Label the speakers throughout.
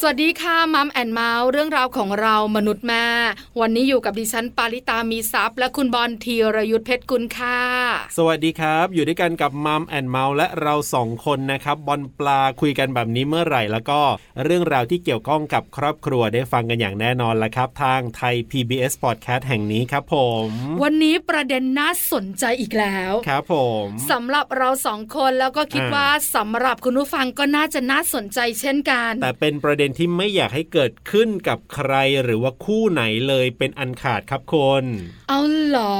Speaker 1: สวัสดีค่ะมัมแอนเมาส์เรื่องราวของเรามนุษย์แม่วันนี้อยู่กับดิฉันปาริตามีซัพย์และคุณบอลธีรยุทธเพชรกุลค่ะ
Speaker 2: สวัสดีครับ อยู่ด้วยกันกับมัมแอนเมาส์และเราสองคนนะครับบอลปลาคุยกันแบบนี้เมื่อไหร่ แล้วก็เรื่องราวที่เกี่ยวข้องกับครอบครัวได้ฟังกันอย่างแน่นอนละครับ ทางไทย PBS Podcast แห่งนี้ครับผม
Speaker 1: วันนี้ประเด็นน่าสนใจอีกแล้ว
Speaker 2: ครับผม
Speaker 1: สำหรับเราสองคนแล้วก็คิด
Speaker 2: อ่า
Speaker 1: ว่าสำหรับคุณผู้ฟังก็น่าจะน่าสนใจเช่นกัน
Speaker 2: แต่เป็นประเด็นที่ไม่อยากให้เกิดขึ้นกับใครหรือว่าคู่ไหนเลยเป็นอันขาดครับคน
Speaker 1: เอาเหรอ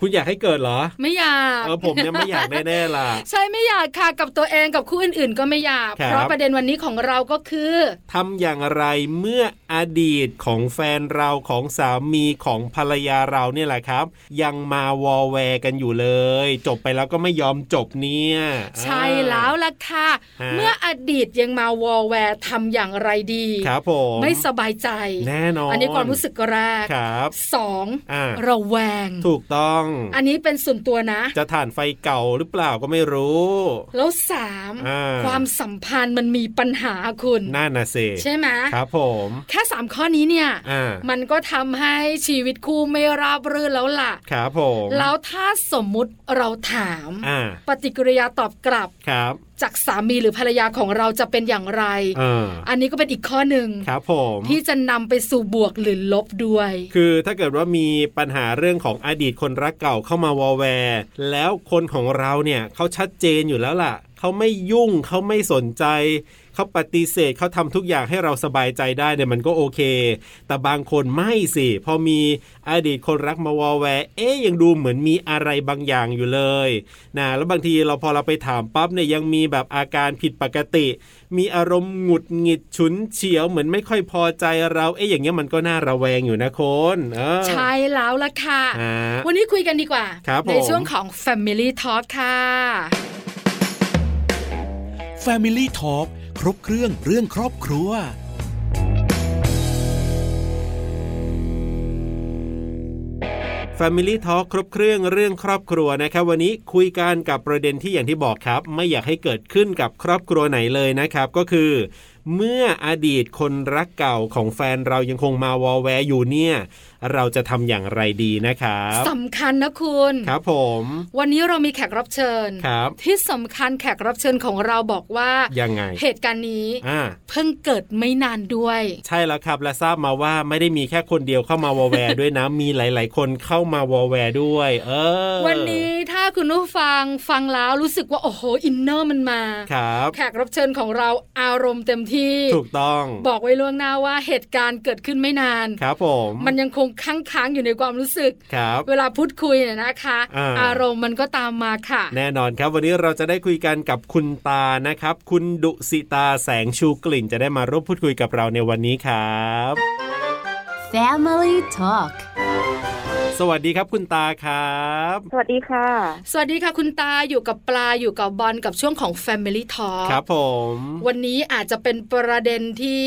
Speaker 2: คุณอยากให้เกิดเหรอ
Speaker 1: ไม่อยาก
Speaker 2: เออผมเนี่ยไม่อยากแน่ๆล่ะ
Speaker 1: ใช่ไม่อยากค่ะกับตัวเองกับคู่อื่นๆ ก็ไม่อยาก
Speaker 2: ครับ
Speaker 1: เพราะประเด็นวันนี้ของเราก็คือ
Speaker 2: ทำอย่างไรเมื่ออดีตของแฟนเราของสามีของภรรยาเราเนี่ยแหละครับ ยังมาวอแวร์กันอยู่เลย จบไปแล้วก็ไม่ยอมจบเนี่ย
Speaker 1: ใช่แล้วล่ะค่ะ
Speaker 2: ฮะ
Speaker 1: เมื่ออดีตยังมาวอลแวร์ทำอย่างไรดี
Speaker 2: ครับผม
Speaker 1: ไม่สบายใจ
Speaker 2: แน่นอน
Speaker 1: อันนี้ความรู้สึกแรก
Speaker 2: ครับ
Speaker 1: สอง
Speaker 2: อ่า
Speaker 1: ระแวง
Speaker 2: ถูกต้อง
Speaker 1: อันนี้เป็นส่วนตัวนะ
Speaker 2: จะถ่านไฟเก่าหรือเปล่าก็ไม่รู้
Speaker 1: แล้วสาม
Speaker 2: อ่า
Speaker 1: ความสัมพันธ์มันมีปัญหาคุณ
Speaker 2: น่าน่ะเซ
Speaker 1: ใช่ไหม
Speaker 2: ครับผม
Speaker 1: แค่สามข้อนี้เนี่ย
Speaker 2: อ่า
Speaker 1: มันก็ทำให้ชีวิตคู่ไม่ราบรื่นแล้วล่ะ
Speaker 2: ครับผม
Speaker 1: แล้วถ้าสมมุติเราถาม
Speaker 2: อ่า
Speaker 1: ปฏิกิริยาตอบกลับ
Speaker 2: ครับ
Speaker 1: จากสามีหรือภรรยาของเราจะเป็นอย่างไร
Speaker 2: เออ
Speaker 1: อันนี้ก็เป็นอีกข้อหนึ่ง
Speaker 2: ครับผม
Speaker 1: ที่จะนำไปสู่บวกหรือลบด้วย
Speaker 2: คือถ้าเกิดว่ามีปัญหาเรื่องของอดีตคนรักเก่าเข้ามาวอแวร์แล้วคนของเราเนี่ยเขาชัดเจนอยู่แล้วล่ะ เขาไม่ยุ่งเขาไม่สนใจ เขาปฏิเสธเขาทำทุกอย่างให้เราสบายใจได้เนี่ยมันก็โอเค แต่บางคนไม่สิพอมีอดีตคนรักมาวอแวร์เอ๊ยยังดูเหมือนมีอะไรบางอย่างอยู่เลยนะแล้วบางทีเราพอเราไปถามปั๊บเนี่ยยังมีแบบอาการผิดปกติ มีอารมณ์หงุดหงิดฉุนเฉียวเหมือนไม่ค่อยพอใจเรา เอ๊ยอย่างเงี้ยมันก็น่าระแวงอยู่นะคนเออ
Speaker 1: ใช่แล้วล่ะค่ะ
Speaker 2: ฮะ
Speaker 1: วันนี้คุยกันดีกว่า
Speaker 2: ครับ
Speaker 1: ใน
Speaker 2: ผม
Speaker 1: ช่วงของ Family Talk ค่ะ
Speaker 3: Family Talk ครบเครื่องเรื่องครอบครัว
Speaker 2: Family Talk ครบเครื่องเรื่องครอบครัวนะครับ วันนี้คุยกันกับประเด็นที่อย่างที่บอกครับ ไม่อยากให้เกิดขึ้นกับครอบครัวไหนเลยนะครับ ก็คือ เมื่ออดีตคนรักเก่าของแฟนเรายังคงมาวอแวร์อยู่เนี่ย เราจะทำอย่างไรดีนะครับ
Speaker 1: สำคัญนะคุณ
Speaker 2: ครับผม
Speaker 1: วันนี้เรามีแขกรับเชิญ
Speaker 2: ครับ
Speaker 1: ที่สำคัญแขกรับเชิญของเราบอกว่า
Speaker 2: ยังไง
Speaker 1: เหตุการณ์นี้
Speaker 2: อ่า
Speaker 1: เพิ่งเกิดไม่นานด้วย
Speaker 2: ใช่แล้วครับและทราบมาว่าไม่ได้มีแค่คนเดียวเข้ามาวอแวร์ ด้วยนะ มีหลาย ๆ คนเข้ามาวอแวร์ด้วย เออ
Speaker 1: วันนี้ถ้าคุณผู้ฟังฟังแล้วรู้สึกว่า โอ้โหอินเนอร์มันมา
Speaker 2: ครับ
Speaker 1: แขกรับเชิญของเราอารมณ์เต็มที่
Speaker 2: ถูกต้อง
Speaker 1: บอกไว้ล่วงหน้าว่าเหตุการณ์เกิดขึ้นไม่นาน
Speaker 2: ครับผม
Speaker 1: มันยังคงค้างค้างๆอยู่ในความรู้สึก
Speaker 2: ครับ
Speaker 1: เวลาพูดคุยเนี่ยนะคะ
Speaker 2: อ่า
Speaker 1: อารมณ์มันก็ตามมาค่ะ
Speaker 2: แน่นอนครับ วันนี้เราจะได้คุยกันกับคุณตานะครับ คุณดุสิตาแสงชูกลิ่นจะได้มาร่วมพูดคุยกับเราในวันนี้ครับ
Speaker 4: Family Talk
Speaker 2: สวัสดีครับคุณตาครับ
Speaker 5: สวัสดีค่ะ
Speaker 1: สวัสดีค่ะคุณตาอยู่กับปลาอยู่กับบอลกับช่วงของ Family Talk
Speaker 2: ครับผม
Speaker 1: วันนี้อาจจะเป็นประเด็นที่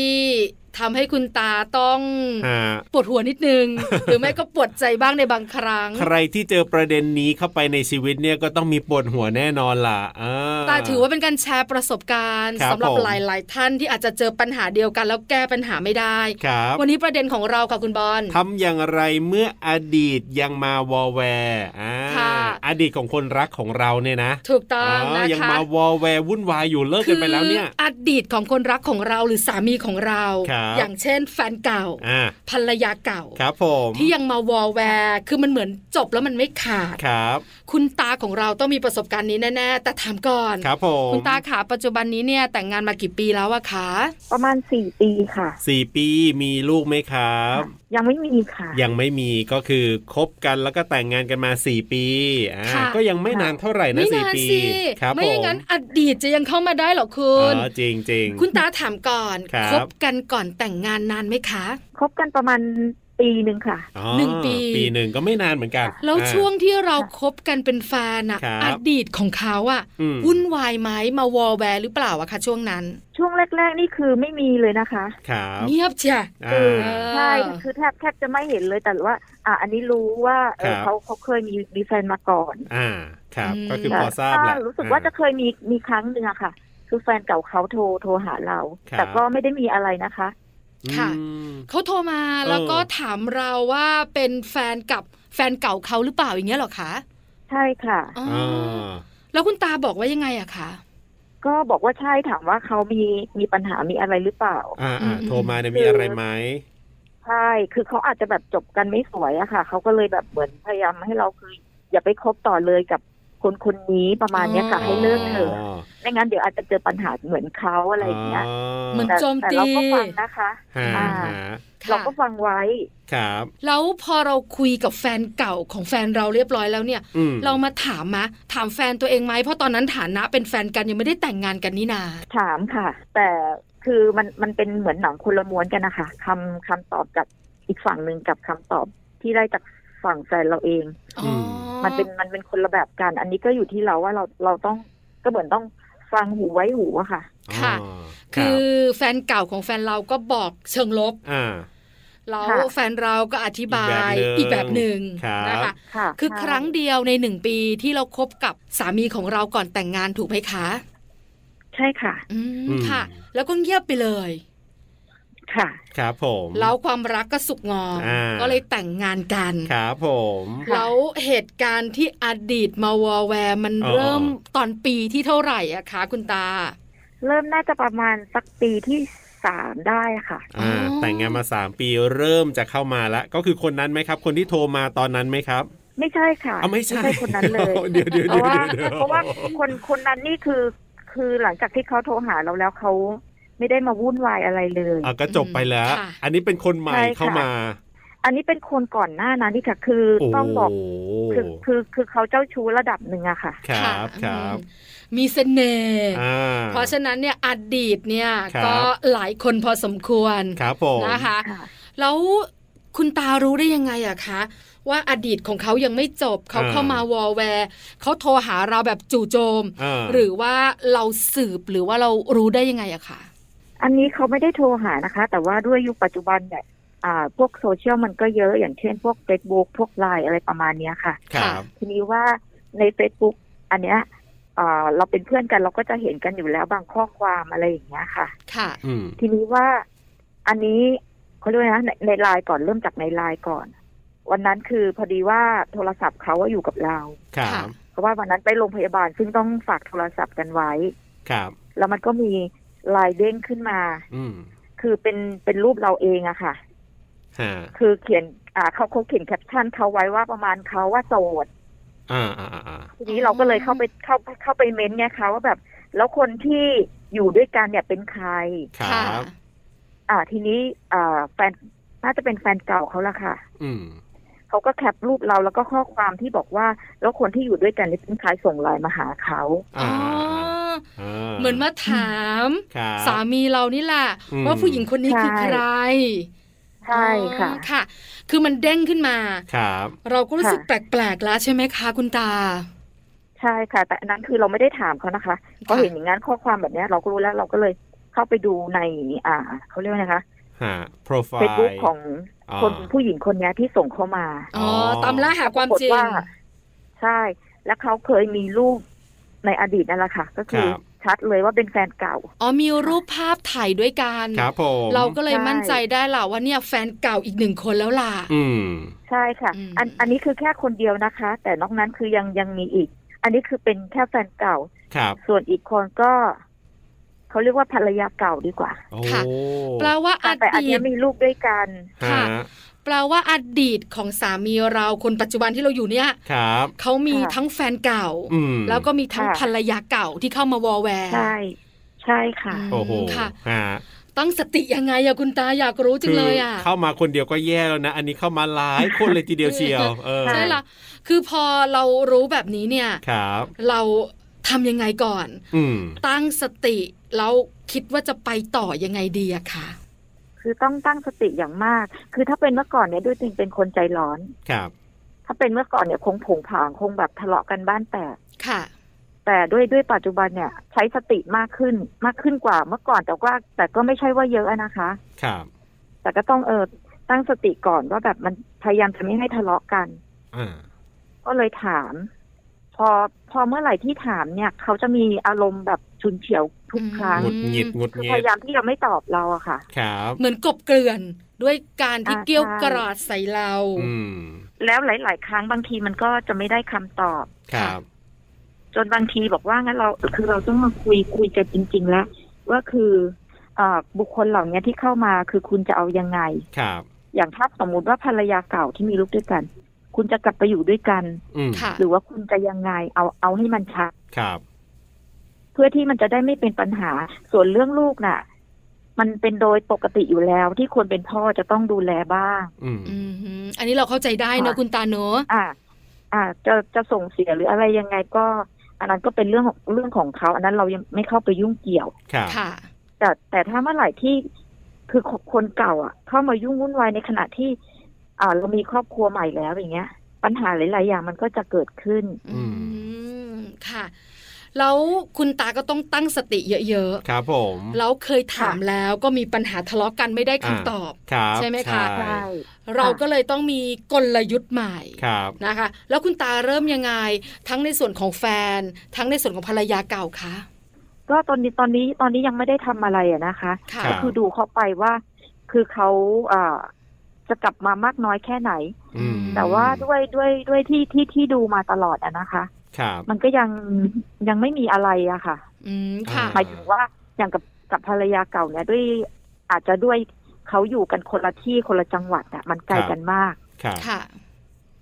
Speaker 1: ทำให้คุณตาต้อง
Speaker 2: อ่า
Speaker 1: ปวดหัวนิดนึ ง หรือไม่ก็ปวดใจบ้างในบางครั้ง
Speaker 2: ใครที่เจอประเด็นนี้เข้าไปในชีวิตเนี่ยก็ต้องมีปวดหัวแน่นอนล่ะอ่
Speaker 1: ตาถือว่าเป็นการแชร์ประสบการณ์
Speaker 2: ครับ
Speaker 1: สำหรับ
Speaker 2: ผม
Speaker 1: หลาย ๆ ท่านที่อาจจะเจอปัญหาเดียวกันแล้วแก้ปัญหาไม่ได้
Speaker 2: ครับ
Speaker 1: วันนี้ประเด็นของเราค่ะคุณบอล
Speaker 2: ทำอย่างไรเมื่ออดีตยังมาวอแวร์อ่า
Speaker 1: ค่ะ
Speaker 2: อดีตของคนรักของเราเนี่ยนะ
Speaker 1: ถูกต้อง
Speaker 2: า
Speaker 1: นะ
Speaker 2: ยัง
Speaker 1: คะ
Speaker 2: มาวอแวร์วุ่นวายอยู่เลิก
Speaker 1: คื
Speaker 2: กันไปแล้วเนี่ย
Speaker 1: อดีตของคนรักของเราหรือสามีของเรา
Speaker 2: ครับ
Speaker 1: อย่างเช่น แฟนเก่า
Speaker 2: อ่า
Speaker 1: ภรรยาเก่า
Speaker 2: ครับผม
Speaker 1: ที่ยังมาวอลแวร์ คือมันเหมือนจบแล้วมันไม่ขาด
Speaker 2: ครับ
Speaker 1: คุณตาของเราต้องมีประสบการณ์นี้แน่ ๆ แต่ถามก่อน
Speaker 2: ครับผม
Speaker 1: คุณตาขาปัจจุบันนี้เนี่ยแต่งงานมากี่ปีแล้วอะคะ
Speaker 5: ประมาณสี่ปีค่ะ
Speaker 2: สี่ปีมีลูกไหมครับ
Speaker 5: ยังไม่มีค่ะ
Speaker 2: ยังไม่มีก็คือคบกันแล้วก็แต่งงานกันมา 4 ปีอ่า
Speaker 1: ค่ะ
Speaker 2: ก็ยังไม่นานเท่าไหร่นะ
Speaker 1: ไม่
Speaker 2: สี่
Speaker 1: นาน
Speaker 2: ปี
Speaker 1: สิ
Speaker 2: ครับ
Speaker 1: ไม่
Speaker 2: ผ
Speaker 1: อย่าง
Speaker 2: ม
Speaker 1: นั้นอดีตจะยังเข้ามาได้เหรอคุณ
Speaker 2: อ๋อจริงจริง
Speaker 1: คุณตาถามก่อน
Speaker 2: ครับ
Speaker 1: บกันก่อนแต่งงานนานไหมคะ
Speaker 5: คบกันประมาณ ปีหนึ่งค่ะ
Speaker 2: อ๋อ
Speaker 1: หนึ่งปี
Speaker 2: ปีหนึ่งก็ไม่นานเหมือนกัน
Speaker 1: แล้ว
Speaker 2: อ่า
Speaker 1: ช่วงที่เราคบกันเป็นแฟนอะ
Speaker 2: ครับ
Speaker 1: อดีตของเขาอะ
Speaker 2: อืม
Speaker 1: วุ่นวายไหมมาวอลแวร์หรือเปล่าอะคะช่วงนั้น
Speaker 5: ช่วงแรก ๆ นี่คือไม่มีเลยนะคะ
Speaker 2: ครับ
Speaker 1: เงียบเชีย
Speaker 2: อ่า
Speaker 5: คือใช่
Speaker 1: อ่า
Speaker 5: คือแทบแทบจะไม่เห็นเลยแต่ว่า อ่ะอันนี้รู้ว่าเออ
Speaker 2: ครับ
Speaker 5: เขาเขาเคยมีมีแฟนมาก่อน
Speaker 2: อ่าครับ
Speaker 1: อืม
Speaker 2: ก็คือพอทราบแห
Speaker 5: แต่
Speaker 2: ละ
Speaker 5: รู้สึกว่า
Speaker 2: อ่
Speaker 5: จะเคยมีมีครั้งหนึ่งอะค่ะ คือแฟนเก่าเขาโทรโทรหาเรา
Speaker 2: ครับ
Speaker 5: แต่ก็ไม่ได้มีอะไรนะคะ
Speaker 1: ค่ะ
Speaker 2: อืม
Speaker 1: เขาโทรมาแล้วก็
Speaker 2: เออ
Speaker 1: ถามเราว่าเป็นแฟนกับแฟนเก่าเขาหรือเปล่าอย่างเงี้ยเหรอคะ
Speaker 5: ใช่ค่ะ
Speaker 1: อ๋ออ
Speaker 2: อ่า
Speaker 1: แล้วคุณตาบอกว่ายังไงอะคะ
Speaker 5: ก็บอกว่าใช่ถามว่าเขามีมีปัญหามีอะไรหรือเปล่า
Speaker 2: อ่า
Speaker 1: อื
Speaker 2: อ่าม โทรมาเนี่ยมีอะไรไหม
Speaker 5: ใช่ คือเขาอาจจะแบบจบกันไม่สวยอะค่ะ เขาก็เลยแบบเหมือนพยายามให้เราคืออย่าไปคบต่อเลยกับคนคนนี้ประมาณเนี้ยค่ะ
Speaker 1: อ๋อ
Speaker 5: ให้เลิกเถอะไม่งั้นเดี๋ยวอาจจะเจอปัญหาเหมือนเขาอะไรอย่างเงี้ย
Speaker 1: เหมือน
Speaker 5: แต่
Speaker 1: โจม
Speaker 5: แต่
Speaker 1: ตี
Speaker 5: เราก็ฟังนะคะ
Speaker 2: ฮะ
Speaker 5: อ่า
Speaker 2: ฮะ
Speaker 5: เรา
Speaker 1: ค่ะ
Speaker 5: ก็ฟังไว้
Speaker 2: ครับ
Speaker 1: แล้วพอเราคุยกับแฟนเก่าของแฟนเราเรียบร้อยแล้วเนี่ย
Speaker 2: อืม
Speaker 1: เรามาถามมะถามแฟนตัวเองไหมเพราะตอนนั้นฐานะเป็นแฟนกันยังไม่ได้แต่งงานกันนี่นา
Speaker 5: ถามค่ะ แต่คือมันมันเป็นเหมือนหนังคนละม้วนกันนะคะคำคำตอบจากอีกฝั่งหนึ่งกับคำตอบที่ได้จากฝั่งแฟนเราเอง
Speaker 1: อ๋อ
Speaker 5: มันเป็นมันเป็นคนละแบบกัน อันนี้ก็อยู่ที่เราว่าเราเราต้องก็เหมือนต้องฟังหูไว้หูอะค่ะ
Speaker 1: ค่ะ
Speaker 2: อ๋อ
Speaker 1: คื
Speaker 2: รับ
Speaker 1: อแฟนเก่าของแฟนเราก็บอกเชิงลบ
Speaker 2: อ่า
Speaker 1: แล้ว
Speaker 5: ค่ะ
Speaker 1: แฟนเราก็อธิบาย
Speaker 2: อี
Speaker 1: อีก
Speaker 2: ก
Speaker 1: แบ
Speaker 2: แบบ บ
Speaker 1: ห
Speaker 2: หนึ่
Speaker 1: นึ่ง
Speaker 2: งครับ
Speaker 1: นะคะ
Speaker 5: ค่ะ
Speaker 1: คือ
Speaker 5: ใช่
Speaker 1: ครั้งเดียวในหนึ่งปีที่เราคบกับสามีของเราก่อนแต่งงานถูกไหมคะ
Speaker 5: ใช่ค่ะ
Speaker 1: อืม
Speaker 2: อืม
Speaker 1: ค่ะ แล้วก็เงียบไปเลย
Speaker 5: ค่ะ
Speaker 2: ครับผม
Speaker 1: แล้วความรักก็สุกงอม
Speaker 2: อ่า
Speaker 1: ก็เลยแต่งงานกัน
Speaker 2: ครับผม
Speaker 5: ค่ะ
Speaker 1: แล้วเหตุการณ์ที่อดีตมาวอแวร์มัน
Speaker 2: อ๋อ
Speaker 1: เริ่มตอนปีที่เท่าไหร่อะคะคุณตา
Speaker 5: เริ่มน่าจะประมาณสักปีที่สามได้ค่ะ
Speaker 2: อ่า
Speaker 1: อ๋อ
Speaker 2: แต่งงานมาสามปีเริ่มจะเข้ามาละก็คือคนนั้นไหมครับ คนที่โทรมาตอนนั้นไหมครับ
Speaker 5: ไม่ใช่ค่ะ
Speaker 2: เอาไม่ใช่
Speaker 5: คนนั้นเลย
Speaker 2: เดี๋ยวเดี๋ยว
Speaker 5: เพ
Speaker 2: เดี๋ยว
Speaker 5: ราะว่า
Speaker 2: เดี๋ยว
Speaker 5: เพราะว่าคนคนนั้นนี่คือ คือหลังจากที่เขาโทรหาเราแล้วเขาไม่ได้มาวุ่นวายอะไรเลย
Speaker 2: อ่ะก็จบไปแล้ว
Speaker 1: ค่ะ
Speaker 2: อันนี้เป็นคนใหม่
Speaker 5: ใช่ค่ะ
Speaker 2: เข้ามา
Speaker 5: อันนี้เป็นคนก่อนหน้านั้นนี่ค่ะ คือ
Speaker 2: โอ้
Speaker 5: ต้องบอก
Speaker 2: โห
Speaker 5: คือคือคือเขาเจ้าชู้ระดับหนึ่งอะค่ะ
Speaker 2: ค
Speaker 1: ค่ะ
Speaker 2: รับครับ
Speaker 1: อืมมีเสน่ห์
Speaker 2: อ่า
Speaker 1: เพราะฉะนั้นเนี่ยอดีตเนี่ย
Speaker 2: ครับ
Speaker 1: ก็หลายคนพอสมควร
Speaker 2: ครับผม
Speaker 1: นะคะ
Speaker 5: ค่ะ
Speaker 1: แล้วคุณตารู้ได้ยังไงอะคะ ว่าอดีตของเขายังไม่จบเขาเข้ามาวอลแวร์เขาโทรหาเราแบบจู่โจม
Speaker 2: า
Speaker 1: หรือว่าเราสืบหรือว่าเรารู้ได้ยังไงอะคะ
Speaker 5: อันนี้เขาไม่ได้โทรหานะคะ แต่ว่าด้วยยุคปัจจุบันเนี่ยอ่า พวกโซเชียลมันก็เยอะอย่างเช่นพวก Facebook พวกไลน์อะไรประมาณเนี้ยค่ะ
Speaker 2: ค
Speaker 1: ค่ะ
Speaker 2: รับ
Speaker 5: ทีนี้ว่าใน Facebook อันเนี้ยเอ่อเราเป็นเพื่อนกันเราก็จะเห็นกันอยู่แล้วบางข้อความอะไรอย่างเงี้ยค่ะ
Speaker 1: ค่ะ
Speaker 2: อืม
Speaker 5: ทีนี้ว่าอันนี้เขาเรียกว่านะในในไลน์ก่อนเริ่มจากในไลน์ก่อน วันนั้นคือพอดีว่าโทรศัพท์เขาอะอยู่กับเรา
Speaker 2: ครับ
Speaker 5: เพราะว่าวันนั้นไปโรงพยาบาลซึ่งต้องฝากโทรศัพท์กันไว้
Speaker 2: ครับ
Speaker 5: แล้วมันก็มีไลน์เด้งขึ้นมา
Speaker 2: อืม
Speaker 5: คือเป็นเป็นรูปเราเองอะค่ะ
Speaker 2: ฮะ
Speaker 5: คือเขียนอ่าเขาเขาเขียนแคปชั่นเขาไว้ว่าประมาณเขาว่าโสด
Speaker 2: อ่าอ่าอ่าอ่า
Speaker 5: ทีนี้เราก็เลยเข้าไปเข้าเข้าไปเม้นต์ไงคะว่าแบบ แล้วคนที่อยู่ด้วยกันเนี่ยเป็นใคร
Speaker 2: ครั
Speaker 1: ค่ะ
Speaker 2: บ
Speaker 5: อ่า ทีนี้อ่าแฟนน่าจะเป็นแฟนเก่าเขาละค่ะ
Speaker 2: อืม
Speaker 5: เขาก็แคปรูปเราแล้วก็ข้อความที่บอกว่า แล้วคนที่อยู่ด้วยกันเนี่ยเป็นใครส่งไลน์มาหาเขา
Speaker 1: อ๋
Speaker 2: อ่า
Speaker 1: อ
Speaker 2: อ่า
Speaker 1: เหมือนมาถาม
Speaker 2: ครับ
Speaker 1: สามีเรานี่แหละ
Speaker 2: อืม
Speaker 1: ว่าผู้หญิงคนนี้คือใคร
Speaker 5: ใช่ค่ะ
Speaker 1: อ๋อค่ะ คือมันเด้งขึ้นมา
Speaker 2: ครับ
Speaker 1: เราก็รู้สึก
Speaker 5: ค่ะ
Speaker 1: แปลกๆแล้วใช่ไหมคะคุณตา
Speaker 5: ใช่ค่ะ แต่อันนั้นคือเราไม่ได้ถามเขานะคะพอเห็นอย่างนั้นข้อความแบบเนี้ยเราก็รู้แล้วเราก็เลยเข้าไปดูใน อ่าเขาเรียกว่าไงคะ
Speaker 2: ฮะ โปรไฟ
Speaker 5: เฟซ
Speaker 2: ล์
Speaker 5: บุ๊กของ
Speaker 2: อ่า
Speaker 5: คนผู้หญิงคนเนี้ยที่ส่งเข้ามา
Speaker 1: อ๋อตามล่าหาความจริง
Speaker 5: ปกฏใช่ แล้วเขาเคยมีรูปในอดีตนั่นแหละค่ะ ก็คือ
Speaker 2: ครับ
Speaker 5: ชัดเลยว่าเป็นแฟนเก่า
Speaker 1: อ๋อมีรูปภาพถ่ายด้วยกัน
Speaker 2: ครับผม
Speaker 1: เราก็เลย
Speaker 5: ใช่
Speaker 1: มั่นใจได้ล่ะว่าเนี่ยแฟนเก่าอีกหนึ่งคนแล้วล่ะ
Speaker 2: อืม
Speaker 5: ใช่ค่ะ
Speaker 1: อืม
Speaker 5: อันอันนี้คือแค่คนเดียวนะคะ แต่นอกนั้นคือยังยังมีอีก อันนี้คือเป็นแค่แฟนเก่า
Speaker 2: ครับ
Speaker 5: ส่วนอีกคนก็เขาเรียกว่าภรรยาเก่าดีกว่า
Speaker 2: โอ้
Speaker 1: ค่ะ แปลว่าอ
Speaker 5: แต่อัน
Speaker 1: ดี
Speaker 5: เนี้
Speaker 1: ต
Speaker 5: ยมีลูกด้วยกัน
Speaker 2: ฮะ
Speaker 1: ค่ะ แปลว่าอดีตของสามีเราคนปัจจุบันที่เราอยู่เนี่ย
Speaker 2: ครับ
Speaker 1: เขามี
Speaker 5: ค่ะ
Speaker 1: ทั้งแฟนเก่า
Speaker 2: อืม
Speaker 1: แล้วก็มีทั้ง
Speaker 5: ค่ะ
Speaker 1: ภรรยาเก่าที่เข้ามาวอลแวร์
Speaker 5: ใช่ ใช่ค่ะ
Speaker 1: ม
Speaker 2: โอ้โห
Speaker 1: ค่ะ
Speaker 2: ฮะ
Speaker 1: ตั้งสติยังไงอะคุณตาอยากรู้จังเลยอะ
Speaker 2: คืเข้ามาคนเดียวก็แย่แล้วนะ อันนี้เข้ามาหลายคนเลยทีเดียวเชียว เออ
Speaker 1: ใช่ละคือพอเรารู้แบบนี้เนี่ย
Speaker 2: ครับ
Speaker 1: เราทำยังไงก่อน
Speaker 2: อืม
Speaker 1: ตั้งสติแล้วคิดว่าจะไปต่อยังไงดีอะคะ
Speaker 5: คือต้องตั้งสติอย่างมาก คือถ้าเป็นเมื่อก่อนเนี่ยด้วยจริงเป็นคนใจร้อน
Speaker 2: ครับ
Speaker 5: ถ้าเป็นเมื่อก่อนเนี่ยคงผงผางคงแบบทะเลาะกันบ้านแตก
Speaker 1: ค่ะ
Speaker 5: แต่ด้วยด้วยปัจจุบันเนี่ยใช้สติมากขึ้นมากขึ้นกว่าเมื่อก่อนแต่ว่าแต่ก็ไม่ใช่ว่าเยอะอะนะคะ
Speaker 2: ครับ
Speaker 5: แต่ก็ต้องเออตั้งสติก่อนว่าแบบมันพยายามจะไม่ให้ทะเลาะกัน
Speaker 2: อ่า
Speaker 5: ก็เลยถาม พอพอเมื่อไหร่ที่ถามเนี่ย เขาจะมีอารมณ์แบบชุนเฉียวทุกครั้ง
Speaker 2: หงุดหงิดหงุด
Speaker 5: คือ
Speaker 2: หงิ
Speaker 5: พ
Speaker 2: ด
Speaker 5: ยายามที่จะไม่ตอบเราอะค่ะ
Speaker 2: ครับ
Speaker 1: เหมือนกบเกลื่อนด้วยการที่
Speaker 5: อ่า
Speaker 1: เกี้ยว
Speaker 5: ใช่
Speaker 1: กราดใส่เรา
Speaker 2: อืม
Speaker 5: แล้วหลาย ๆ ครั้งบางทีมันก็จะไม่ได้คำตอบ
Speaker 2: ครับ
Speaker 5: จนบางทีบอกว่างั้นเราคือเราต้องมาคุยคุยกันจริง ๆ แล้ว ว่าคือเออบุคคลเหล่านี้ที่เข้ามาคือคุณจะเอายังไง
Speaker 2: ครับ
Speaker 5: อย่างถ้าสมมุติว่าภรรยาเก่าที่มีลูกด้วยกัน คุณจะกลับไปอยู่ด้วยกัน
Speaker 2: อืม
Speaker 1: ค่ะ
Speaker 5: หรือว่าคุณจะยังไงเอาเอาให้มันชัด
Speaker 2: ครับ
Speaker 5: เพื่อที่มันจะได้ไม่เป็นปัญหา ส่วนเรื่องลูกน่ะ มันเป็นโดยปกติอยู่แล้ว ที่คนเป็นพ่อจะต้องดูแลบ้าง
Speaker 2: อืม
Speaker 1: อืมฮึอันนี้เราเข้าใจได้เนอะ
Speaker 5: ค่ะ
Speaker 1: คุณตาเนอะ
Speaker 5: อ่า อ่า จะจะส่งเสียหรืออะไรยังไงก็ อันนั้นก็เป็นเรื่องของเรื่องของเขา อันนั้นเรายังไม่เข้าไปยุ่งเกี่ยว
Speaker 2: ครับ
Speaker 1: ค่ะ
Speaker 5: แต่แต่ถ้าเมื่อไหร่ที่คือคนเก่า อ่ะ เข้ามายุ่งวุ่นวายในขณะที่ อ่า เรามีครอบครัวใหม่แล้วอย่างเงี้ย ปัญหาหลาย ๆ อย่างมันก็จะเกิดขึ้น
Speaker 1: อืมค่ะ แล้วคุณตาก็ต้องตั้งสติเยอะ
Speaker 2: ครับผม
Speaker 1: ๆแล้วเคยถามแล้วก็มีปัญหาทะเลาะกันไม่ได้คำตอบ
Speaker 2: ครับ
Speaker 1: ใช่ไหมคะ
Speaker 2: ใช่
Speaker 1: เราก็เลยต้องมีกลยุทธ์ใหม่
Speaker 2: ครับ
Speaker 1: นะคะ แล้วคุณตาเริ่มยังไง ทั้งในส่วนของแฟน ทั้งในส่วนของภรรยาเก่าคะ
Speaker 5: ก็ตอนนี้ตอนนี้ตอนนี้ยังไม่ได้ทำอะไรอะนะคะ
Speaker 1: ค่ะ
Speaker 2: รั
Speaker 5: ก็
Speaker 2: บ
Speaker 5: คือดูเขาไปว่า คือเขาเอ่อจะกลับมามากน้อยแค่ไหน
Speaker 2: อืม
Speaker 5: แต่ว่าด้วยด้วยด้วยที่ที่ที่ดูมาตลอดอะนะคะ
Speaker 2: ครับ
Speaker 5: มันก็ยังยังไม่มีอะไรอะค่ะ
Speaker 1: อืมค่ะ
Speaker 5: หมายถึงว่าอย่างกับกับภรรยาเก่าเนี่ยด้วยอาจจะด้วยเขาอยู่กันคนละที่คนละจังหวัดอะมันไกล
Speaker 2: ครับ
Speaker 5: กันมาก
Speaker 2: ครับ
Speaker 1: ค่ะ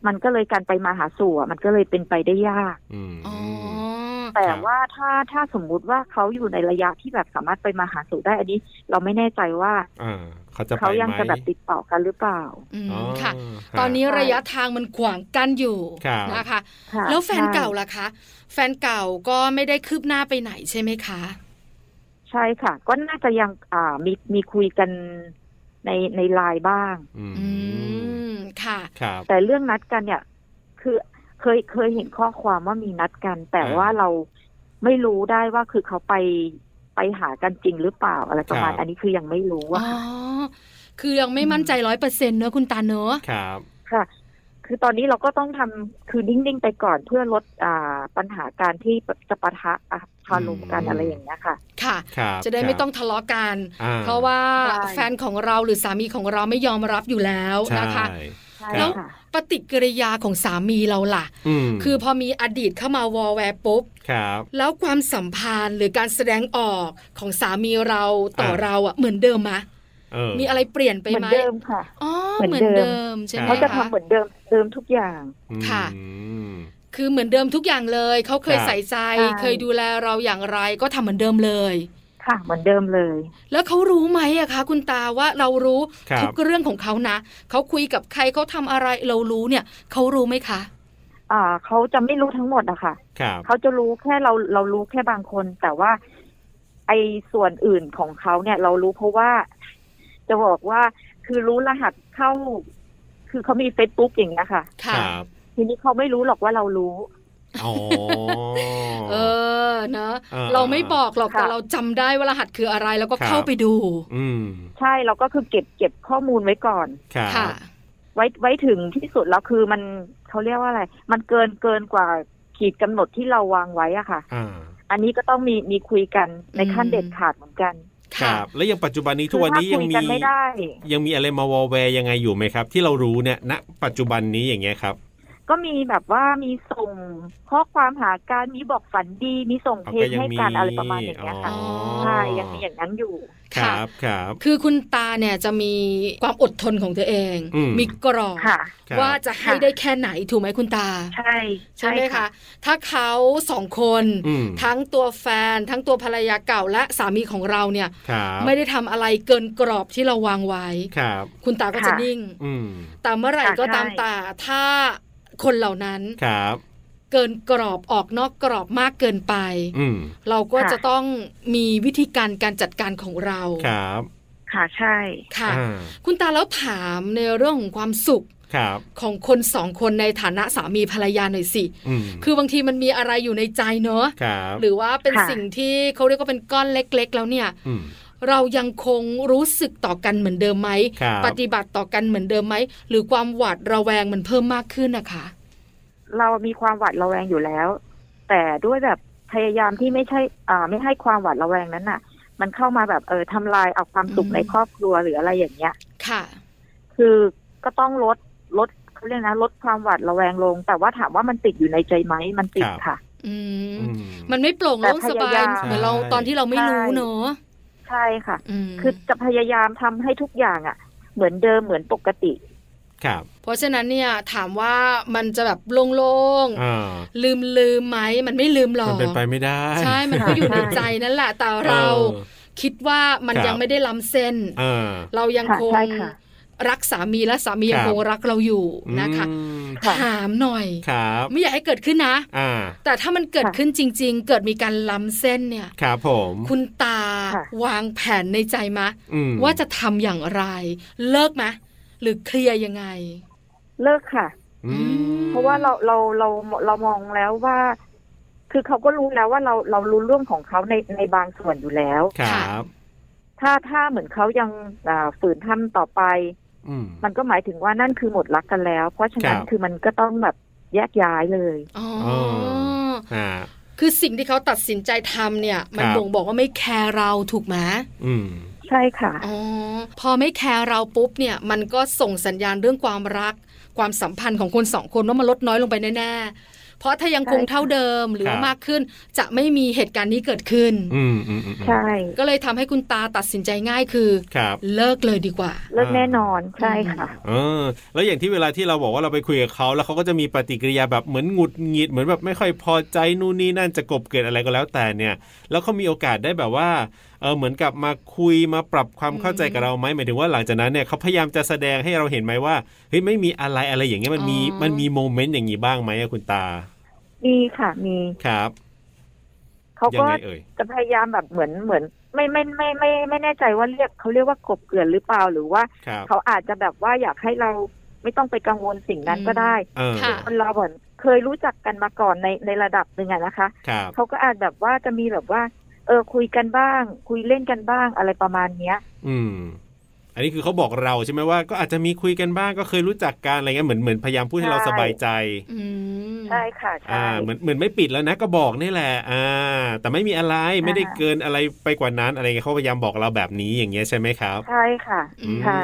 Speaker 5: มันก็เลยการไปมาหาสู่อะมันก็เลยเป็นไปได้ยาก
Speaker 2: อืม
Speaker 1: อ๋อ
Speaker 5: แต่
Speaker 2: ครับ
Speaker 5: ว่าถ้าถ้าสมมุติว่าเขาอยู่ในระยะที่แบบสามารถไปมาหาสู่ได้อันนี้ เราไม่แน่ใจว่า
Speaker 2: อ่าเขาจะไป
Speaker 5: เขายัง
Speaker 2: ไหม
Speaker 5: จะแบบติดต่อกันหรือเปล่า
Speaker 1: อืม
Speaker 2: อ๋อ
Speaker 1: ค่ะ
Speaker 2: ฮะ
Speaker 1: ตอนนี้ระยะทางมันขวางกันอยู่
Speaker 2: ครับ
Speaker 1: นะคะ
Speaker 5: ค่ะ
Speaker 1: แล้วแฟน
Speaker 5: ใช่
Speaker 1: เก่าล่ะคะ แฟนเก่าก็ไม่ได้คืบหน้าไปไหนใช่ไหมคะ
Speaker 5: ใช่ค่ะ ก็น่าจะยังอ่ามีมีคุยกันในในไลน์บ้าง
Speaker 2: อืม
Speaker 1: อืมค่ะ
Speaker 2: ครับ
Speaker 5: แต่เรื่องนัดกันเนี่ย คือเคยเคยเห็นข้อความว่ามีนัดกัน แต่ว่าเราไม่รู้ได้ว่าคือเขาไปไปหากันจริงหรือเปล่าอะไรประมาณอันนี้คือยังไม่รู้
Speaker 1: อ๋
Speaker 5: ว่า
Speaker 1: อ คือยังไม่มั่นใจร้อยเปอร์เซ็นต์เนอะคุณตาเนอะ
Speaker 2: ครับ
Speaker 5: ค่ะ คือตอนนี้เราก็ต้องทำคือนิ่งๆไปก่อนเพื่อลดอ่าปัญหาการที่จะปะทะอ่ะคารมกัน
Speaker 2: อืม
Speaker 5: อะไรอย่างเงี้ยค่ะ
Speaker 1: ค่ะ
Speaker 2: ครับ
Speaker 1: จะได้ไม่
Speaker 2: ครับ
Speaker 1: ต้องทะเลาะกัน
Speaker 2: อ่า
Speaker 1: เพราะว่า
Speaker 5: ใช่
Speaker 1: แฟนของเราหรือสามีของเราไม่ยอมรับอยู่แล้วนะคะ
Speaker 2: ใช่
Speaker 5: ใช่
Speaker 1: แล้ว
Speaker 5: ค่ะ
Speaker 1: ปฏิกิริยาของสามีเราล่ะ
Speaker 2: อืม
Speaker 1: คือพอมีอดีตเข้ามาวอลแวร์ปุ๊บ
Speaker 2: ครับ
Speaker 1: แล้วความสัมพันธ์หรือการแสดงออกของสามีเราต่ออา เราอะเหมือนเดิมมะ
Speaker 2: เออ
Speaker 1: มีอะไรเปลี่ยนไป
Speaker 5: เหมือ
Speaker 1: ไห
Speaker 5: น
Speaker 1: ม
Speaker 5: เดิมค่ะ
Speaker 1: อ๋อเห
Speaker 5: เหมื
Speaker 1: มือ
Speaker 5: อน นเดิ
Speaker 1: เดิ
Speaker 5: ม
Speaker 1: มใช่ไหม
Speaker 5: เขาจะ
Speaker 1: คะ
Speaker 5: ทำเหมือนเดิมเดิมทุกอย่าง
Speaker 1: ค่ะ
Speaker 2: อืม
Speaker 1: คือเหมือนเดิมทุกอย่างเลย เขาเคย
Speaker 2: ครับ
Speaker 1: ใส่ใจ
Speaker 5: ใช่
Speaker 1: เคยดูแลเราอย่างไรก็ทำเหมือนเดิมเลย
Speaker 5: ค่ะ เหมือนเดิมเลย
Speaker 1: แล้วเขารู้ไหมอะคะคุณตาว่าเรารู้
Speaker 2: ครับ
Speaker 1: ทุกเรื่องของเขานะ เขาคุยกับใครเขาทำอะไรเรารู้เนี่ย เขารู้ไหมคะ
Speaker 5: อ่าเขาจะไม่รู้ทั้งหมดอะค่ะ
Speaker 2: ครับ
Speaker 5: เขาจะรู้แค่เราเรารู้แค่บางคน แต่ว่า ไอ้ส่วนอื่นของเขาเนี่ย เรารู้เพราะว่า จะบอกว่าคือรู้รหัสเข้า คือเขามีเฟซบุ๊กอย่างเงี้ยค่ะ
Speaker 2: ค
Speaker 1: ค่ะ
Speaker 2: รับ
Speaker 5: ทีนี้เขาไม่รู้หรอกว่าเรารู้
Speaker 2: อ๋อ
Speaker 1: เออเนอะ
Speaker 2: เออ
Speaker 1: เราไม่บอกหรอก
Speaker 5: ค่ะ
Speaker 1: แต่เราจำได้ว่ารหัสคืออะไรแล้วก็
Speaker 2: ครับ
Speaker 1: เข้าไปดู
Speaker 2: อืม
Speaker 5: ใช่เราก็คือเก็บเก็บข้อมูลไว้ก่อน
Speaker 2: ครับ
Speaker 1: ค่ะ
Speaker 5: ไว้ไว้ถึงที่สุดแล้วคือมันเขาเรียกว่าอะไร มันเกินเกินกว่าขีดกำหนดที่เราวางไว้อะค่ะ
Speaker 2: อ่า
Speaker 5: อันนี้ก็ต้องมีมีคุยกันในขั้น
Speaker 1: อืม
Speaker 5: เด็ดขาดเหมือนกัน
Speaker 2: ค
Speaker 1: ค่ะ
Speaker 2: รับ แล้วยังปัจจุบันนี้ทุกวันนี้
Speaker 5: คือ
Speaker 2: ยัง
Speaker 5: ถ้าคุย
Speaker 2: มี
Speaker 5: กันไม่ได้
Speaker 2: ยังมีอะไรมาวอลแวร์ยังไงอยู่ไหมครับ ที่เรารู้เนี่ยณปัจจุบันนี้อย่างเงี้ยครับ
Speaker 5: ก็มีแบบว่ามีส่งข้อความหาการมีบอกฝันดีมีส่งเพลงให้กันอะไรประมาณอย่างเงี้ยค่ะ
Speaker 1: อ๋อ
Speaker 5: ใช่ยังมีอย่างนั้นอยู่
Speaker 2: ค
Speaker 1: ค่ะ
Speaker 2: รับครับ
Speaker 1: คือคุณตาเนี่ยจะมีความอดทนของตัวเอง
Speaker 2: อืม
Speaker 1: มีกรอบ
Speaker 5: ค่ะ
Speaker 2: ครับ
Speaker 1: ว่าจะให้
Speaker 5: ค่ะ
Speaker 1: ได้แค่ไหนถูกไหมคุณตา
Speaker 5: ใช่
Speaker 1: ใช่ไหมคะ ถ้าเขาสองคน
Speaker 2: อืม
Speaker 1: ทั้งตัวแฟน ทั้งตัวภรรยาเก่าและสามีของเราเนี่ย
Speaker 2: ครับ
Speaker 1: ไม่ได้ทำอะไรเกินกรอบที่เราวางไว้
Speaker 2: ครับ
Speaker 1: คุณตาก็จะนิ่ง
Speaker 2: อืม
Speaker 1: แต่เมื่อไหร่ก็ตามตาถ้าคนเหล่านั้น
Speaker 2: ครับ
Speaker 1: เกินกรอบออกนอกกรอบมากเกินไป
Speaker 2: อืม
Speaker 1: เราก็จะต้องมีวิธีการการจัดการของเรา
Speaker 2: ครับ
Speaker 5: ค่ะใช่
Speaker 1: ค่ะ
Speaker 2: อ่า
Speaker 1: คุณตาแล้วถามในเรื่องของความสุข
Speaker 2: ครับ
Speaker 1: ของคนสองคนในฐานะสามีภรรยาหน่อยสิ
Speaker 2: อืม
Speaker 1: คือบางทีมันมีอะไรอยู่ในใจเนอะ
Speaker 2: ครับ
Speaker 1: หรือว่าเป็น
Speaker 5: ค่ะ
Speaker 1: สิ่งที่เขาเรียกว่าเป็นก้อนเล็ก ๆ แล้วเนี่ย
Speaker 2: อืม
Speaker 1: เรายังคงรู้สึกต่อกันเหมือนเดิมไหม
Speaker 2: ครับ
Speaker 1: ปฏิบัติต่อกันเหมือนเดิมไหม หรือความหวาดระแวงมันเพิ่มมากขึ้นนะคะ
Speaker 5: เรามีความหวาดระแวงอยู่แล้ว แต่ด้วยแบบพยายามที่ไม่ใช่อ่าไม่ให้ความหวาดระแวงนั้นน่ะ มันเข้ามาแบบเออทำลายเอาความสุข
Speaker 1: อืม
Speaker 5: ในครอบครัวหรืออะไรอย่างเงี้ย
Speaker 1: ค่ะ
Speaker 5: คือก็ต้องลดลดเขาเรียกนะลดความหวาดระแวงลง แต่ว่าถามว่ามันติดอยู่ในใจไหมมันติด
Speaker 2: ครับ
Speaker 5: ค่ะ
Speaker 1: อืม
Speaker 2: อืม
Speaker 1: มันไม่โปร่งโล่งสบาย
Speaker 5: แต่พยายาม
Speaker 1: เหมือนเราตอนที่เราไม่รู้เนอะ
Speaker 5: ใช่ค่ะ
Speaker 1: ม
Speaker 5: คือจะพยายามทำให้ทุกอย่างอะ่ะ เหมือนเดิมเหมือนปกติ
Speaker 2: ครับ
Speaker 1: เพราะฉะนั้นเนี่ยถามว่ามันจะแบบโล่ง
Speaker 2: อ่า
Speaker 1: ๆลืมลืมๆไหมมันไม่ลืมหรอ
Speaker 2: มัน
Speaker 1: ก
Speaker 2: เป็นไปไม่ได้
Speaker 1: ใช่มันก็อยู่ใน
Speaker 5: ใช่
Speaker 1: ใจนั่นแหละแต่เรา
Speaker 2: ออ
Speaker 1: คิดว่ามัน
Speaker 2: ครับ
Speaker 1: ยังไม่ได้ล้ำเส้น
Speaker 2: อ่า
Speaker 1: เรายัง
Speaker 5: ค่ะ
Speaker 1: คง
Speaker 5: ใช่ค่ะ
Speaker 1: รักสามีและสามี
Speaker 2: ครับ
Speaker 1: ยังคงรักเราอยู่
Speaker 2: นะ
Speaker 1: นะคะ
Speaker 5: ค่ะ
Speaker 1: ถามหน่อย
Speaker 2: ครับ
Speaker 1: ไม่อยากให้เกิดขึ้นนะ
Speaker 2: อ่า
Speaker 1: แต่ถ้ามันเกิด
Speaker 5: ค่ะ
Speaker 1: ขึ้นจริง ๆ เกิดมีการล้ำเส้นเนี่ย
Speaker 2: ครับผม
Speaker 1: คุณตา
Speaker 5: ค่ะ
Speaker 1: วางแผนในใจมะ
Speaker 2: อืม
Speaker 1: ว่าจะทำอย่างไร เลิกไหมหรือเคลียร์ยังไง
Speaker 5: เลิกค่ะ
Speaker 2: อืม
Speaker 5: เพราะว่าเราเราเราเรามองแล้วว่า คือเขาก็รู้แล้วว่าเราเรารู้เรื่องของเขาในในบางส่วนอยู่แล้ว
Speaker 2: ครับ
Speaker 5: ถ้าถ้าเหมือนเขายังอ่าฝืนทำต่อไป
Speaker 2: อืม
Speaker 5: มันก็หมายถึงว่านั่นคือหมดรักกันแล้ว เพราะฉะนั้น
Speaker 2: ครับ
Speaker 5: คือมันก็ต้องแบบแยกย้ายเลย
Speaker 1: อ๋อ
Speaker 2: อ๋อ
Speaker 1: อ
Speaker 2: อ่า
Speaker 1: คือสิ่งที่เขาตัดสินใจทำเนี่ย มัน
Speaker 2: ครับ
Speaker 1: บ่งบอกว่าไม่แคร์เราถูกไหม
Speaker 2: อืม
Speaker 5: ใช่ค่ะ
Speaker 1: อ๋อ พอไม่แคร์เราปุ๊บเนี่ย มันก็ส่งสัญญาณเรื่องความรัก ความสัมพันธ์ของคนสองคนว่ามันลดน้อยลงไปแน่ๆ เพราะถ้ายังคง
Speaker 5: ใช่ค่ะ
Speaker 1: เท่าเดิมหรือ
Speaker 2: ครั
Speaker 1: ว่า
Speaker 2: บ
Speaker 1: มากขึ้น จะไม่มีเหตุการณ์นี้เกิดขึ้น
Speaker 2: อืมอืมอืม
Speaker 5: ใช่
Speaker 1: ก็เลยทำให้คุณตาตัดสินใจง่ายคือ
Speaker 2: ครับ
Speaker 1: เลิกเลยดีกว่า
Speaker 5: เลิกแน่นอนใช่ค่ะ
Speaker 2: เออ แล้วอย่างที่เวลาที่เราบอกว่าเราไปคุยกับเขาแล้วเขาก็จะมีปฏิกิริยาแบบเหมือนหงุดหงิดเหมือนแบบไม่ค่อยพอใจนู่นนี่นั่นจะกบเกิดอะไรก็แล้วแต่เนี่ย แล้วเขามีโอกาสได้แบบว่าเออเหมือนกับมาคุยมาปรับความเข้าใจกับเราไหมหมายถึงว่าหลังจากนั้นเนี่ยเขาพยายามจะแสดงให้เราเห็นไหมว่าเฮ้ยไม่มีอะไรอะไรอย่างเงี้ยมันมี
Speaker 1: อ๋อ
Speaker 2: มันมีโมเมนต์อย่างนี้บ้างไหมอะคุณตา
Speaker 5: มีค่ะมี
Speaker 2: ครับ
Speaker 5: เขา
Speaker 2: ยัง
Speaker 5: ก็
Speaker 2: ไงเอ่ย
Speaker 5: จะพยายามแบบเหมือนเหมือน ไม่ไม่ไม่ไม่ไม่ไม่แน่ใจว่าเรียกเขาเรียกว่ากบเกลื่อนหรือเปล่าหรือว่า
Speaker 2: ครับ
Speaker 5: เขาอาจจะแบบว่าอยากให้เราไม่ต้องไปกังวลสิ่งนั้นก็ได้
Speaker 2: เออ
Speaker 1: ค่ะ
Speaker 5: คนเราเหมือนเคยรู้จักกันมาก่อนในในระดับหนึ่งอะนะคะ
Speaker 2: ครับ
Speaker 5: เขาก็อาจแบบว่าจะมีแบบว่า เออคุยกันบ้าง คุยเล่นกันบ้างอะไรประมาณเนี้ย
Speaker 2: อืม อันนี้คือเขาบอกเราใช่ไหมว่าก็อาจจะมีคุยกันบ้างก็เคยรู้จักกันอะไรเงี้ยเหมือนเหมือนพยายามพูดให้เรา
Speaker 5: ใช่
Speaker 2: สบายใจ
Speaker 1: อืม
Speaker 5: ใช่ค่ะ
Speaker 2: อ่า
Speaker 5: ใช่
Speaker 2: เหมือนเหมือนไม่ปิดแล้วนะก็บอกนี่แหละ อ่า แต่ไม่มีอะไรไม่ได้
Speaker 5: อ่า
Speaker 2: เกินอะไรไปกว่านั้นอะไรเงี้ยเขาพยายามบอกเราแบบนี้อย่างเงี้ยใช่ไหมครับ
Speaker 5: ใช่ค่ะ
Speaker 2: อืม
Speaker 5: ใช่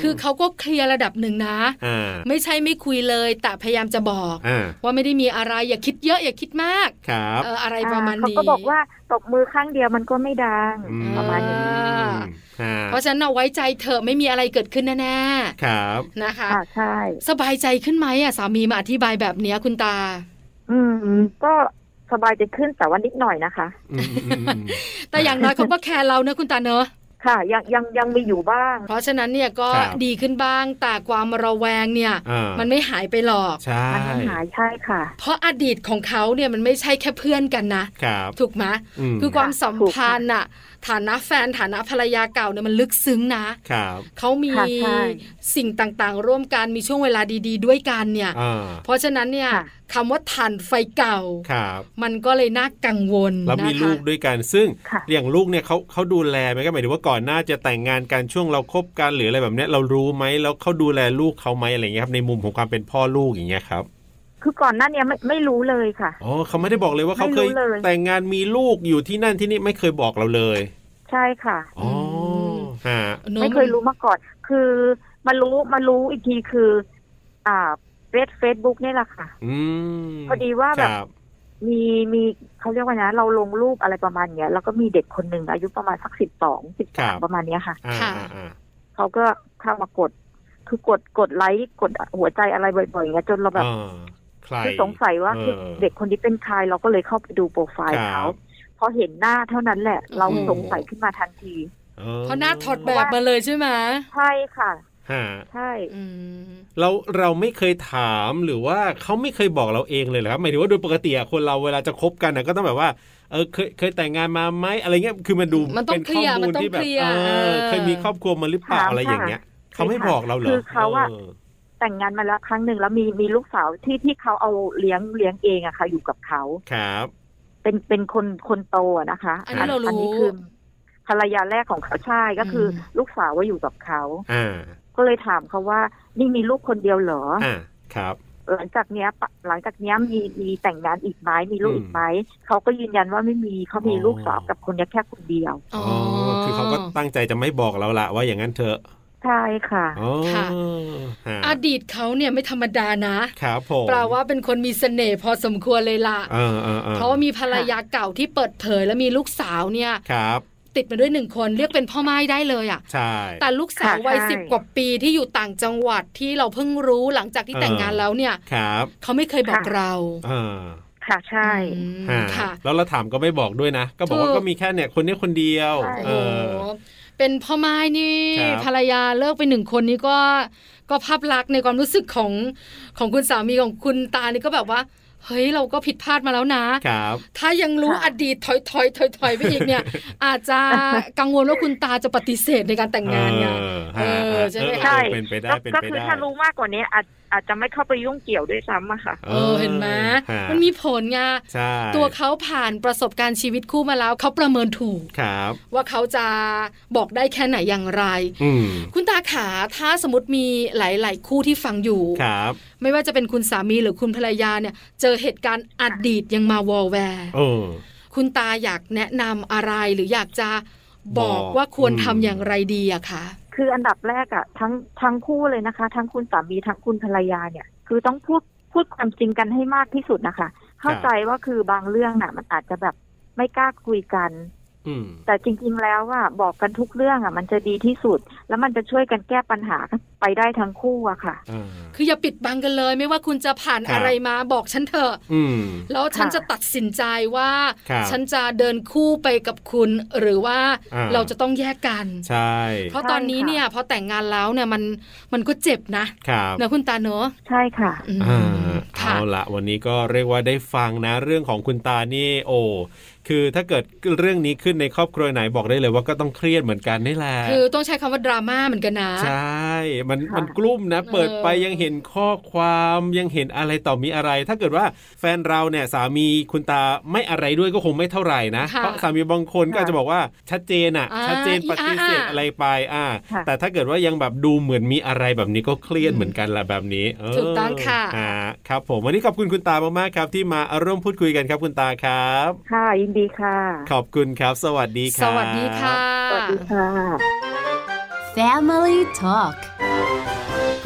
Speaker 1: คือเขาก็เคลียร์ระดับหนึ่งนะ
Speaker 2: อ่า
Speaker 1: ไม่ใช่ไม่คุยเลย แต่พยายามจะบอก
Speaker 2: อ่า
Speaker 1: ว่าไม่ได้มีอะไรอย่าคิดเยอะอย่าคิดมาก
Speaker 2: ครับ
Speaker 1: เอออะไรประมาณ
Speaker 5: อ่เขา
Speaker 1: นี้
Speaker 5: ก็บอกว่าตบมือข้างเดียวมันก็ไม่ดัง
Speaker 2: อื
Speaker 5: ประมาณนี้
Speaker 2: อ่า
Speaker 1: เพราะฉะนั้นเอาไว้ใจเถอะไม่มีอะไรเกิดขึ้นแน่
Speaker 2: ครับ
Speaker 1: ๆนะคะ
Speaker 5: อ่าใช่
Speaker 1: สบายใจขึ้นไหมอ่ะสามีมาอธิบายแบบเนี้ยคุณตา
Speaker 5: อืม ก็สบายใจขึ้นแต่ว่านิดหน่อยนะคะ
Speaker 2: อืมอืมอืม
Speaker 1: แต่อย่างน้อยเขาก็แคร์เราเนอะคุณตาเนอะ
Speaker 5: ค่ะ ยังยังยังมีอยู่บ้าง
Speaker 1: เพราะฉะนั้นเนี่ยก็
Speaker 2: ครับ
Speaker 1: ดีขึ้นบ้างแต่ความระแวงเนี่ย
Speaker 2: อ่า
Speaker 1: มันไม่หายไปหรอก
Speaker 2: ใช่
Speaker 5: มันไม่หายใช่ค่ะ
Speaker 1: เพราะอดีตของเขาเนี่ยมันไม่ใช่แค่เพื่อนกันนะครับ ถูกไหม
Speaker 2: อืม
Speaker 1: คือความสัมพันธ์อะฐานะแฟนฐานะภรรยาเก่าเนี่ยมันลึกซึ้งนะครับ เขามี
Speaker 5: ค่ะใช่
Speaker 1: สิ่งต่างๆ ร่วมกันมีช่วงเวลาดี ๆ ด้วยกันเนี่ย
Speaker 2: อ่า
Speaker 1: เพราะฉะนั้นเนี่ย
Speaker 5: ค่ะ
Speaker 1: คำว่าถ่านไฟเก่า
Speaker 2: ครับ
Speaker 1: มันก็เลยน่ากังวล
Speaker 2: แล้วมี
Speaker 1: นะคะ
Speaker 2: ลูกด้วยกัน ซึ่ง
Speaker 5: ค่ะ
Speaker 2: อย่างลูกเนี่ยเขาเขาดูแลไหมก็หมายถึงว่าก่อนหน้าจะแต่งงานกันช่วงเราคบกันหรืออะไรแบบเนี้ยเรารู้ไหมแล้วเขาดูแลลูกเขาไหมอะไรอย่างเงี้ยครับในมุมของความเป็นพ่อลูกอย่างเงี้ยครับ
Speaker 5: คือก่อนหน้าเนี้ยไม่ไม่รู้เลยค่ะ
Speaker 2: อ๋อเขาไม่ได้บอกเลยว่าเขาเคย
Speaker 5: ไม่รู้เลย
Speaker 2: แต่งงานมีลูกอยู่ที่นั่นที่นี่ไม่เคยบอกเราเลย
Speaker 5: ใช่ค่ะ
Speaker 2: อ๋อฮะ
Speaker 1: นอะ
Speaker 5: ไม่เคยรู้มาก่อน คือมารู้มารู้อีกทีคือ อ่าเฟซเฟซบุ๊กนี่แหละค่ะ
Speaker 2: อืม
Speaker 5: พอดีว่าแบบ
Speaker 2: ครับ
Speaker 5: มีมีเขาเรียกว่านะ เราลงรูปอะไรประมาณเนี้ย แล้วก็มีเด็กคนหนึ่งอายุประมาณสักสิบสองสิบสามประมาณเนี้ยค่ะ
Speaker 2: อ่า
Speaker 1: ค่ะ
Speaker 2: อ่าอ่า
Speaker 5: เขาก็เข้ามากด คือกดกดไลค์กดหัวใจอะไรบ่อยๆอย่างเงี้ยจนเราแบบ
Speaker 2: อ่าใคร
Speaker 5: คือสงสัยว่า
Speaker 2: เออ
Speaker 5: คือเด็กคนนี้เป็นใครเราก็เลยเข้าไปดูโปรไฟล์
Speaker 2: ครั
Speaker 5: เขา
Speaker 2: บ
Speaker 5: พอเห็นหน้าเท่านั้นแหละ เรา
Speaker 2: อืม
Speaker 5: สงสัยขึ้นมาทันที
Speaker 2: ออ
Speaker 1: เพราะหน้าถอดแบบมาเลยใช่ไหม
Speaker 5: ใช่ค่ะ
Speaker 2: ฮะ
Speaker 5: ใช่
Speaker 1: อืม
Speaker 2: เราเราไม่เคยถามหรือว่าเขาไม่เคยบอกเราเองเลยเหรอครับหมายถึงว่าโดยปกติอะคนเราเวลาจะคบกันอะก็ต้องแบบว่าเออเคยเคยแต่งงานมาไหมอะไรเงี้ยคือมันดู
Speaker 1: มันต้อง
Speaker 2: ป็ข้อ
Speaker 1: เคลียร์มัน
Speaker 2: มูล
Speaker 1: ต้อง
Speaker 2: ที่แบบ
Speaker 1: เคลียร์
Speaker 2: เออ
Speaker 1: เออ
Speaker 2: เคยมีครอบครัวมาหรือเปล่าอะไรอย่างเงี้ยเขาไม่บอกเราเหรอ
Speaker 5: คือเขาอะ
Speaker 2: เออ
Speaker 5: แต่งงานมาแล้วครั้งหนึ่งแล้วมีมีลูกสาวที่ที่เขาเอาเลี้ยงเลี้ยงเองอะค่ะ อยู่กับเขา
Speaker 2: ครับ
Speaker 5: เป็นเป็นคนคนโตอะนะคะ
Speaker 1: อันนี้เรารู้
Speaker 5: อันี้คือภรรยาแรกของเขาใช่ก็คืออ
Speaker 1: ม
Speaker 5: ลูกสาวว่าอยู่กับเขา
Speaker 2: อ่า
Speaker 5: ก็เลยถามเขาว่า นี่มีลูกคนเดียวเหรอ
Speaker 2: อ่าครับ
Speaker 5: หลังจากเนี้ยปะหลังจากเนี้ยมีมีแต่งงานอีกไหมมีลูก
Speaker 2: อืม
Speaker 5: อีกไหมเขาก็ยืนยันว่าไม่มีเขามี
Speaker 2: อ๋อ
Speaker 5: ลูกสาวกับคนเนี้ยแค่คนเดียว
Speaker 1: อ๋อ
Speaker 2: คือเขาก็ตั้งใจจะไม่บอกเราละว่าอย่างนั้นเถอะ
Speaker 5: ใช่ค่ะ
Speaker 2: อ๋อ
Speaker 1: ค่ะ
Speaker 2: ฮะ
Speaker 1: อดีตเขาเนี่ยไม่ธรรมดานะ
Speaker 2: ครับผม
Speaker 1: แปลว่าเป็นคนมีเสน่ห์พอสมควรเลยล่ะ
Speaker 2: เออเออออ
Speaker 1: เพราะว่ามีภรรยาเก่าที่เปิดเผยและมีลูกสาวเนี่ย
Speaker 2: ครับ
Speaker 1: ติดมาด้วยหนึ่งคนเรียกเป็นพ่อไม้ได้เลยอ่ะ
Speaker 2: ใช่
Speaker 1: แต่ลูกสาววัย
Speaker 5: ค่ะใช่
Speaker 1: สิบกว่าปีที่อยู่ต่างจังหวัดที่เราเพิ่งรู้หลังจากที่
Speaker 2: เออ
Speaker 1: แต่งงานแล้วเนี่ย
Speaker 2: ครับ
Speaker 1: เขาไม่เคยบอกเรา
Speaker 2: เออ
Speaker 5: ค่ะใช่
Speaker 1: อืม
Speaker 2: ฮะ
Speaker 1: ค่ะ
Speaker 2: แล้วเราถามก็ไม่บอกด้วยนะ ก็บอกว่า
Speaker 1: ถูก
Speaker 2: ก็มีแค่เนี่ยคนเนี้ยคนเดียว
Speaker 5: ใช่
Speaker 1: โ
Speaker 2: เอ
Speaker 1: อ้
Speaker 2: อ
Speaker 1: เป็นพ่อไม้นี่
Speaker 2: ครับ
Speaker 1: ภรรยาเลิกไปหนึ่งคนนี้ก็ ก็ภาพลักษณ์ในความรู้สึกของของคุณสามีของคุณตานี่ก็แบบว่า เฮ้ยเราก็ผิดพลาดมาแล้วนะ
Speaker 2: ครับ
Speaker 1: ถ้ายังรู้
Speaker 5: ค่ะ
Speaker 1: อดีตถอยถอยถอยถอยไปอีก เนี่ย อาจจะกังวลว่าคุณตาจะปฏิเสธในการแต่งงานไง
Speaker 2: เออฮะ
Speaker 1: เออใช่ไหม
Speaker 2: เออ
Speaker 5: ใช่
Speaker 2: เป็นไปได้
Speaker 5: ก็
Speaker 2: เป็น
Speaker 5: ก็
Speaker 2: ไป
Speaker 5: คือ
Speaker 2: ได้
Speaker 5: ถ้ารู้มากกว่านี้อาจอาจจะไม่เข้าไปยุ่งเกี่ยวด้วยซ้ำอะค่ะ
Speaker 1: เออเห็นไหม
Speaker 2: ฮะ
Speaker 1: มันมีผลไง
Speaker 2: ใช่
Speaker 1: ตัวเขาผ่านประสบการณ์ชีวิตคู่มาแล้วเขาประเมินถูก
Speaker 2: ครับ
Speaker 1: ว่าเขาจะบอกได้แค่ไหนอย่างไร
Speaker 2: อืม
Speaker 1: คุณตาขาถ้าสมมติมีหลาย ๆ คู่ที่ฟังอยู่
Speaker 2: ครับ
Speaker 1: ไม่ว่าจะเป็นคุณสามีหรือคุณภรรยาเนี่ย เจอเหตุการณ์อดีตยังมาวอลแวร์
Speaker 2: เออ
Speaker 1: คุณตาอยากแนะนำอะไรหรืออยากจะบอบ ก
Speaker 2: อก
Speaker 1: ว่าควรทำ
Speaker 2: อืม
Speaker 1: อย่างไรดีอะคะ
Speaker 5: คืออันดับแรกอะทั้งทั้งคู่เลยนะคะ ทั้งคุณสามีทั้งคุณภรรยาเนี่ย คือต้องพูดพูดความจริงกันให้มากที่สุดนะคะ เข้าใจว่าคือบางเรื่องน่ะ มันอาจจะแบบไม่กล้าคุยกัน
Speaker 2: อืม
Speaker 5: แต่จริงๆ แล้วว่าบอกกันทุกเรื่องอ่ะ มันจะดีที่สุด แล้วมันจะช่วยกันแก้ปัญหาไปได้ทั้งคู่อะค่ะ
Speaker 2: อ่า
Speaker 1: คืออย่าปิดบังกันเลย ไม่ว่าคุณจะผ่าน
Speaker 2: ครับ
Speaker 1: อะไรมาบอกฉันเถอะ
Speaker 2: อืม
Speaker 1: แล้วฉัน
Speaker 5: ค่ะ
Speaker 1: จะตัดสินใจว่า
Speaker 2: ครับ
Speaker 1: ฉันจะเดินคู่ไปกับคุณ หรือว่า
Speaker 2: อ่า
Speaker 1: เราจะต้องแยกกัน
Speaker 2: ใช่
Speaker 1: เพราะตอนนี้เนี่ยพอแต่งงานแล้วเนี่ยมันมันก็เจ็บนะครับ นะคุณตาเนอะ
Speaker 5: ใช่ค่ะ
Speaker 1: อืม
Speaker 2: อ่า
Speaker 1: ค่ะ
Speaker 2: เอาละวันนี้ก็เรียกว่าได้ฟังนะเรื่องของคุณตานี่โอ้คือถ้าเกิดเรื่องนี้ขึ้นในครอบครัวไหนบอกได้เลยว่าก็ต้องเครียดเหมือนกันนี่แหละ
Speaker 1: คือต้องใช้คำว่าดราม่าเหมือนกันนะ
Speaker 2: ใช่มัน
Speaker 5: ค่ะ
Speaker 2: มันกลุ้มนะ เปิดไป
Speaker 1: เออ
Speaker 2: ยังเห็นข้อความยังเห็นอะไรต่อมีอะไร ถ้าเกิดว่าแฟนเราเนี่ยสามีคุณตาไม่อะไรด้วยก็คงไม่เท่าไหร่นะ
Speaker 1: ค่ะ
Speaker 2: เพราะสามีบางคนก็อาจจะบอกว่าชัดเจนอ่ะ
Speaker 1: อ่า
Speaker 2: ชัดเจนปฏิเส
Speaker 1: อี
Speaker 2: ธ
Speaker 1: อ่า
Speaker 2: อะไรไปอ่า
Speaker 5: ค่ะ
Speaker 2: แต่ถ้าเกิดว่ายังแบบดูเหมือนมีอะไรแบบนี้ก็เครียดเหมือนกันแหละแบบนี้เออ
Speaker 1: ถูกต้องค่ะ
Speaker 2: อ่าครับผมวันนี้ขอบคุณคุณตามากๆครับ ที่มาร่วมพูดคุยกันครับคุณตาครับ
Speaker 5: ค่ะ ยินดีค่ะ
Speaker 2: ขอบคุณครับ สวัสดีค
Speaker 1: ส
Speaker 2: รับ
Speaker 1: วัสดีค่ะ
Speaker 5: สวัสดีค่ะ
Speaker 4: Family Talk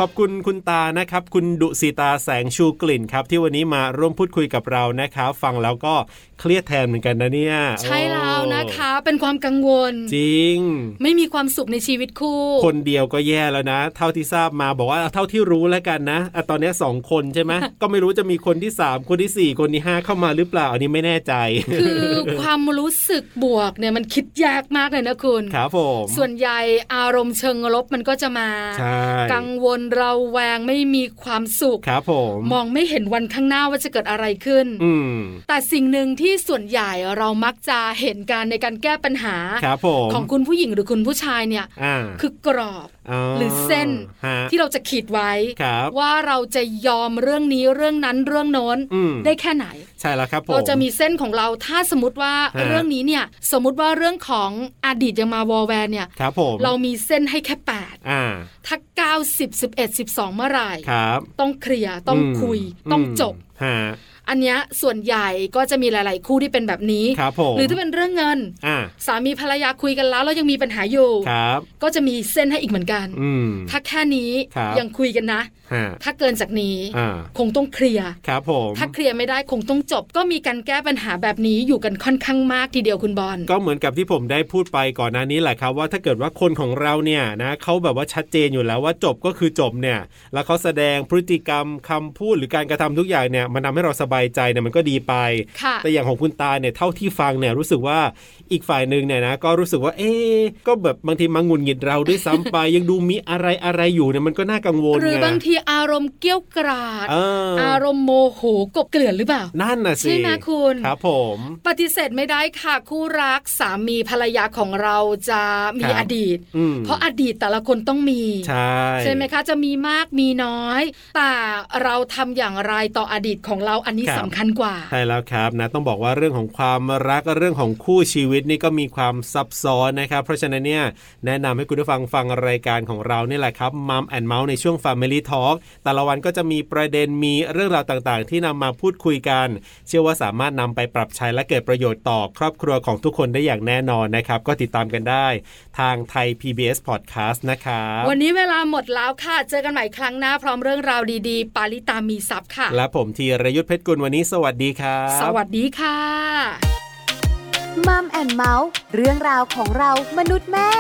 Speaker 2: ขอบคุณคุณตานะครับ คุณดุสิตาแสงชูกลิ่นครับ ที่วันนี้มาร่วมพูดคุยกับเรานะครับ ฟังแล้วก็เครียดแทนเหมือนกันนะเนี่ย
Speaker 1: ใช่แล้วนะคะ
Speaker 2: โ
Speaker 1: เป็นความกังวล
Speaker 2: อ้จริง
Speaker 1: ไม่มีความสุขในชีวิตคู่
Speaker 2: คน เดียวก็แย่แล้วนะ เท่าที่ทราบมาบอกว่าเท่าที่รู้แล้วกันนะอะตอนนี้สองคนใช่ ไหม ก็ไม่รู้จะมีคนที่สามคนที่สี่คนที่ห้าเข้ามาหรือเปล่าอันนี้ไม่แน่ใจ
Speaker 1: คือความรู้สึกบวกเนี่ยมันคิดยากมากเลยนะคุณ
Speaker 2: ครับผม
Speaker 1: ส่วนใหญ่อารมณ์เชิงลบมันก็จะมา
Speaker 2: ใช่
Speaker 1: กังวลเราแวงไม่มีความสุข
Speaker 2: ครับผม
Speaker 1: มองไม่เห็นวันข้างหน้าว่าจะเกิดอะไรขึ้น
Speaker 2: อืม
Speaker 1: แต่สิ่งหนึ่งที่ส่วนใหญ่เรามักจะเห็นการในการแก้ปัญหา
Speaker 2: ครับผม
Speaker 1: ของคุณผู้หญิงหรือคุณผู้ชายเนี่ย
Speaker 2: อ่า
Speaker 1: คือกรอบ หรือเส้น
Speaker 2: ฮะ
Speaker 1: ที่เราจะขีดไว้
Speaker 2: ครับ
Speaker 1: ว่าเราจะยอมเรื่องนี้เรื่องนั้นเรื่องโน้น
Speaker 2: อืม
Speaker 1: ได้แค่ไหน
Speaker 2: ใช่แล้วครับผม
Speaker 1: เราจะมีเส้นของเราถ้าสมมติว่า
Speaker 2: ฮะ
Speaker 1: เรื่องนี้เนี่ยสมมติว่าเรื่องของอดีตยังมาวอลแวร์เนี่ย
Speaker 2: ครับผม
Speaker 1: เรามีเส้นให้แค่
Speaker 2: อ่า
Speaker 1: 8 ถ้า 9 10 11 12 เมื่อไหร่
Speaker 2: ครับ
Speaker 1: ต้องเคลียร์ต้อง
Speaker 2: ม
Speaker 1: คุยต้อง
Speaker 2: ม
Speaker 1: จบ
Speaker 2: ฮะ
Speaker 1: อันเนี้ยส่วนใหญ่ก็จะมีหลาย ๆ คู่ที่เป็นแบบนี้
Speaker 2: ครับผม
Speaker 1: หรือถ้าเป็นเรื่องเงิน
Speaker 2: อ่า
Speaker 1: สามีภรรยาคุยกันแล้วแล้วยังมีปัญหาอยู่
Speaker 2: ครับ
Speaker 1: ก็จะมีเส้นให้อีกเหมือนกัน
Speaker 2: อืม
Speaker 1: ถ้าแค่นี้
Speaker 2: ครับ
Speaker 1: ยังคุยกันนะ
Speaker 2: ฮะ
Speaker 1: ถ้าเกินจากนี้
Speaker 2: อ่า
Speaker 1: คงต้องเคลียร์
Speaker 2: ครับผม
Speaker 1: ถ้าเคลียร์ไม่ได้คงต้องจบ ก็มีการแก้ปัญหาแบบนี้อยู่กันค่อนข้างมากทีเดียวคุณบอล
Speaker 2: ก็เหมือนกับที่ผมได้พูดไปก่อนหน้านี้แหละครับ ว่าถ้าเกิดว่าคนของเราเนี่ยนะเขาแบบว่าชัดเจนอยู่แล้วว่าจบก็คือจบเนี่ย แล้วเขาแสดงพฤติกรรมคำพูดหรือการกระทำทุกอย่างเนี่ยมันทำให้เราส บายใจเนี่ยมันก็ดีไป
Speaker 1: ค่ะ
Speaker 2: แต่อย่างของคุณตาเนี่ยเท่าที่ฟังเนี่ยรู้สึกว่าอีกฝ่ายหนึ่งเนี่ยนะก็รู้สึกว่าเอ๊ะก็แบบบางทีมาหงุนหงิดเราด้วยซ้ำไป ยังดูมีอะไรอะไรอยู่เนี่ยมันก็น่ากังวล
Speaker 1: หรือบางทีอารมณ์เกรี้ยวกราด
Speaker 2: เออ
Speaker 1: อารมณ์โมโหกบเกลื่อนหรือเปล่า
Speaker 2: นั่นน่ะสิ
Speaker 1: ใช่ไหมคุณ
Speaker 2: ครับผม
Speaker 1: ปฏิเสธไม่ได้ค่ะคู่รักสามีภรรยาของเราจะมี
Speaker 2: ครับ
Speaker 1: อดีต
Speaker 2: อืม
Speaker 1: เพราะอดีตแต่ละคนต้องมี
Speaker 2: ใช่
Speaker 1: ใช่ไหมคะ จะมีมากมีน้อย แต่เราทำอย่างไรต่ออดีตของเราอันนี้สำคัญกว่า
Speaker 2: ใช่แล้วครับนะต้องบอกว่าเรื่องของความรักเรื่องของคู่ชีวิตนี่ก็มีความซับซ้อนนะครับ เพราะฉะนั้นเนี่ยแนะนำให้คุณผู้ฟังฟังรายการของเราเนี่ยแหละครับมัมแอนเมาส์ในช่วง Family Talk แต่ละวันก็จะมีประเด็นมีเรื่องราวต่างๆ ที่นำมาพูดคุยกัน เชื่อว่าสามารถนำไปปรับใช้และเกิดประโยชน์ต่อครอบครัวของทุกคนได้อย่างแน่นอนนะครับ ก็ติดตามกันได้ทางไทย PBS Podcast นะครับ
Speaker 1: วันนี้เวลาหมดแล้วค่ะ เจอกันใหม่ครั้งหน้าพร้อมเรื่องราวดีๆ ปาลิตามีซับค่ะ
Speaker 2: และผมธีรยุทธเพชรกุลวันนี้สวัสดีครับ
Speaker 1: สวัสดีค่ะ
Speaker 4: มัมแอนเมาส์เรื่องราวของเรามนุษย์แม่